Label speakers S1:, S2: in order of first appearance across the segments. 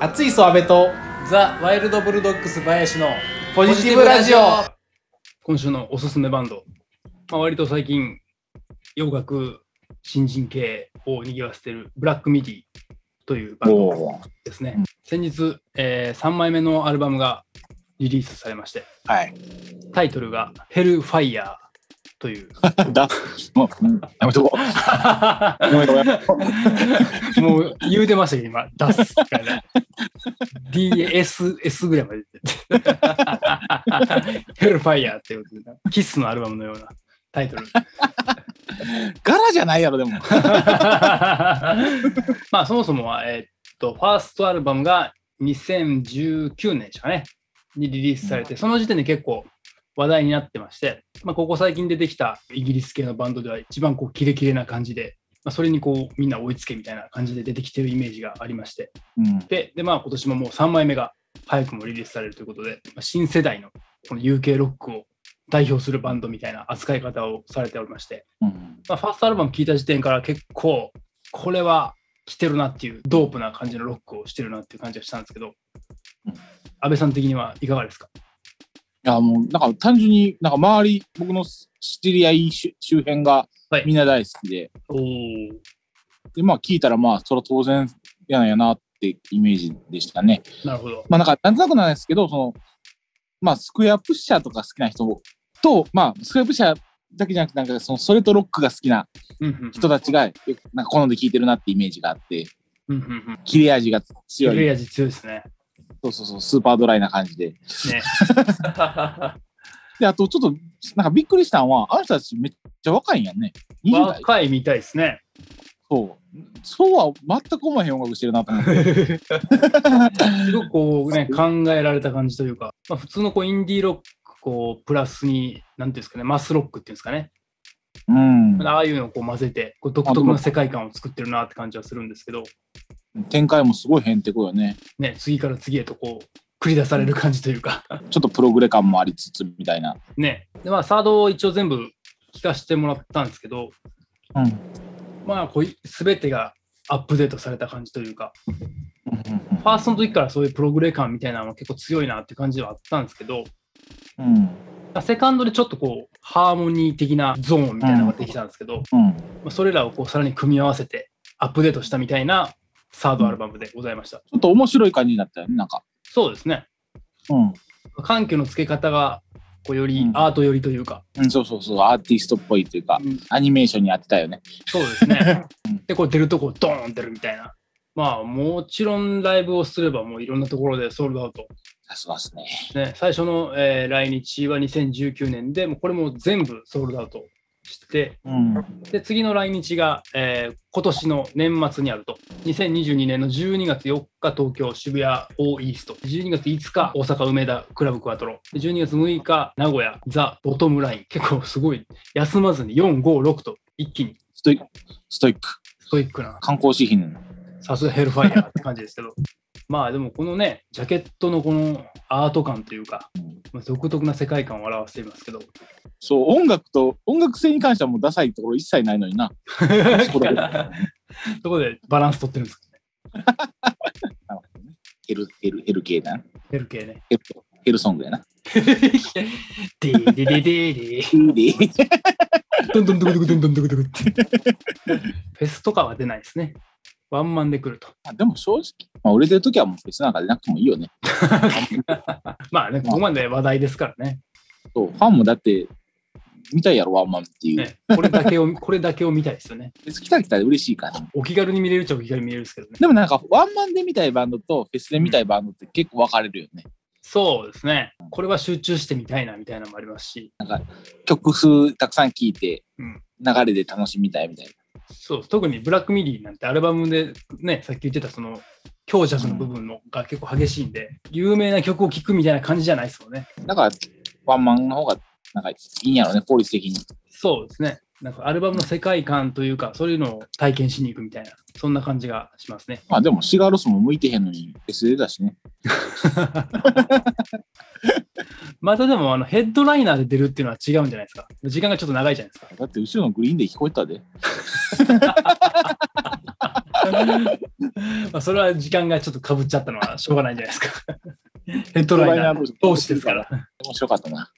S1: 熱いそ阿部と
S2: ザ・ワイルド・ブルドッグス林の
S1: ポジティブラジオ
S3: 今週のおすすめバンド、まあ、割と最近洋楽新人系を賑わせてるブラックミディというバンド
S4: おー
S3: ですね先日、え3枚目のアルバムがリリースされまして
S4: はい。
S3: タイトルが「ヘルファイヤー」と いう
S4: だ、もう、うんやめとこう。ごめんごめん。
S3: もう言うてましたけど今「ダス」から DSS ぐらいまで 言ってヘルファイヤー」っていうことでキッスのアルバムのようなタイトル
S4: ガラじゃないやろ、でも。
S3: まあそもそもは、えーっと、ファーストアルバムが2019年でしたかね、にリリースされて、その時点で結構話題になってまして、まあ、ここ最近出てきたイギリス系のバンドでは一番こうキレキレな感じで、まあ、それにこうみんな追いつけみたいな感じで出てきてるイメージがありまして、
S4: うん。
S3: で、でまあ今年ももう3枚目が早くもリリースされるということで、まあ、新世代のこの UK ロックを代表するバンドみたいな扱い方をされておりまして、
S4: うん
S3: まあ、ファーストアルバム聴いた時点から結構これは来てるなっていうドープな感じのロックをしてるなっていう感じがしたんですけど、
S4: うん
S3: 安倍さん的にはいかがですか
S4: いや、もう、なんか単純に、なんか周り、僕の知り合い周周辺が
S3: はい
S4: みんな大好きで、
S3: おー
S4: で、まあ聞いたら、まあ、それは当然やなんやなってイメージでしたね。
S3: なるほど。
S4: まあなんか、なんとなくなんですけど、その、まあ、スクエアプッシャーとか好きな人と、まあ、スクエアプッシャーだけじゃなくて、なんか、その、それとロックが好きな
S3: うんうんうん
S4: 人たちが、よくなんか、好んで聴いてるなってイメージがあって、
S3: うんうんうん
S4: 切れ味が強
S3: 切
S4: い。
S3: れ味強いです ね。
S4: そうそうそう、スーパードライな感じで。
S3: ね。
S4: で、あと、ちょっと、なんかびっくりしたのは、あの人たちめっちゃ若いんやんね。20代。
S3: 若いみたいですね。
S4: そう。そうは全く思えへん音楽してるなと思って。
S3: すごくこうね、考えられた感じというか、まあ、普通のこうインディーロックこうプラスに、なんていうんですかね、マスロックっていうんですかね、
S4: うん。
S3: ああいうのをこう混ぜて、こう独特な世界観を作ってるなって感じはするんですけど、
S4: 展開もすごいへんてこよね。
S3: ね、次から次へとこう繰り出される感じというか、
S4: ちょっとプログレ感もありつつみたいな。
S3: ね。で、まあ、サードを一応全部聞かせてもらったんですけど、
S4: うん。
S3: まあ、こうい、すべてがアップデートされた感じというか、ファーストの時からそういうプログレ感みたいなのは結構強いなって感じはあったんですけど、
S4: うん。
S3: セカンドでちょっとこう、ハーモニー的なゾーンみたいなのができたんですけど、
S4: うん。
S3: まあそれらをこう、さらに組み合わせてアップデートしたみたいなサードアルバムでございました。
S4: ちょっと面白い感じになったよね、なんか。
S3: そうですね。
S4: うん。
S3: 緩急のつけ方が、こう、よ
S4: う
S3: り
S4: ん
S3: アート寄りというか、
S4: うん、そうそうそう、アーティストっぽいというか、
S3: うん
S4: アニメーションにやってたよね。
S3: そうですね
S4: うん。
S3: で、こう出るとこうドーン出るみたいな。まあもちろんライブをすればもういろんなところでソールドアウト。
S4: さすがですね。
S3: ね、最初の、えー来日は2019年で、もうこれも全部ソールドアウトして、
S4: うん。
S3: で、次の来日が、えー今年の年末にあると。2022年の12月4日東京渋谷オーイースト。12月5日大阪梅田クラブクワトロ。で12月6日名古屋ザ・ボトムライン。結構すごい休まずに4、5、6と一気に
S4: ストイック、ストイック、
S3: ストイックな
S4: 観光資品。
S3: さすがヘルファイヤーって感じですけど。 まあでもこのね、ジャケットのこのアート感というか、まあ独特な世界観を表していますけど、
S4: そう、音楽と、音楽性に関してはもうダサいところ一切ないのにな。そこだけなる
S3: そこでバランス取ってるんです
S4: ほどねヘル、ヘル、ヘル系だな。
S3: ヘル系ね。
S4: ヘル、ヘルソングやな。
S3: ディディディディディ
S4: いいで
S3: ドンドンドクドクドンドンドクドクって。フェスとかは出ないですね。ワンマンで来ると。
S4: まあでも正直、まあ、売れてる時はもう別になんか出なくてもいいよね。
S3: まあね、ここまで話題ですからね。
S4: そう、ファンもだって、見たいやろ、ワンマンっていう。
S3: ねこれだけを、これだけを見たいですよね。
S4: 別に来たら来たで嬉しいから。
S3: お気軽に見れるっちゃお気軽に見れるんですけどね。
S4: でもなんか、ワンマンで見たいバンドと、フェスで見たいバンドって結構分かれるよね。
S3: そうですね。これは集中してみたいなみたいなのもありますし。
S4: 曲数たくさん聴いて
S3: うん、
S4: 流れで楽しみたいみたいな。
S3: そう特にブラックミディなんてアルバムでねさっき言ってたその強弱の部分のが結構激しいんで、有名な曲を聴くみたいな感じじゃないですもんね
S4: だから、ワンマンの方が、なんかいいんやろね、効率的に。
S3: そうですねなんかアルバムの世界観というかそういうのを体験しに行くみたいなそんな感じがしますね
S4: まあでも、シガーロスも向いてへんのに、フェスでだしね。
S3: またでもあのヘッドライナーで出るっていうのは違うんじゃないですか時間がちょっと長いじゃないですか
S4: だって、後ろのグリーンで聞こえたで。
S3: まあそれは時間がちょっとかぶっちゃったのはしょうがないんじゃないです か。ヘッドライナー同士です から。
S4: 面白かったな。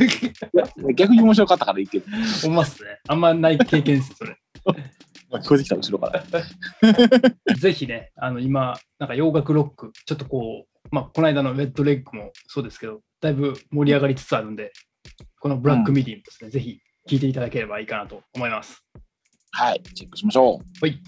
S4: いや逆に面白かったからいいけど、
S3: ほんまっすね。あんまない経験です、それ。
S4: まあ、聞こえてきた後ろから。
S3: ぜひね、あの今、なんか洋楽ロック、ちょっとこう、まあ、この間のレッドレッグもそうですけど、だいぶ盛り上がりつつあるんで、このブラックミディもですね、ぜひ聞いていただければいいかなと思います。
S4: はい、チェックしましょう。
S3: はい。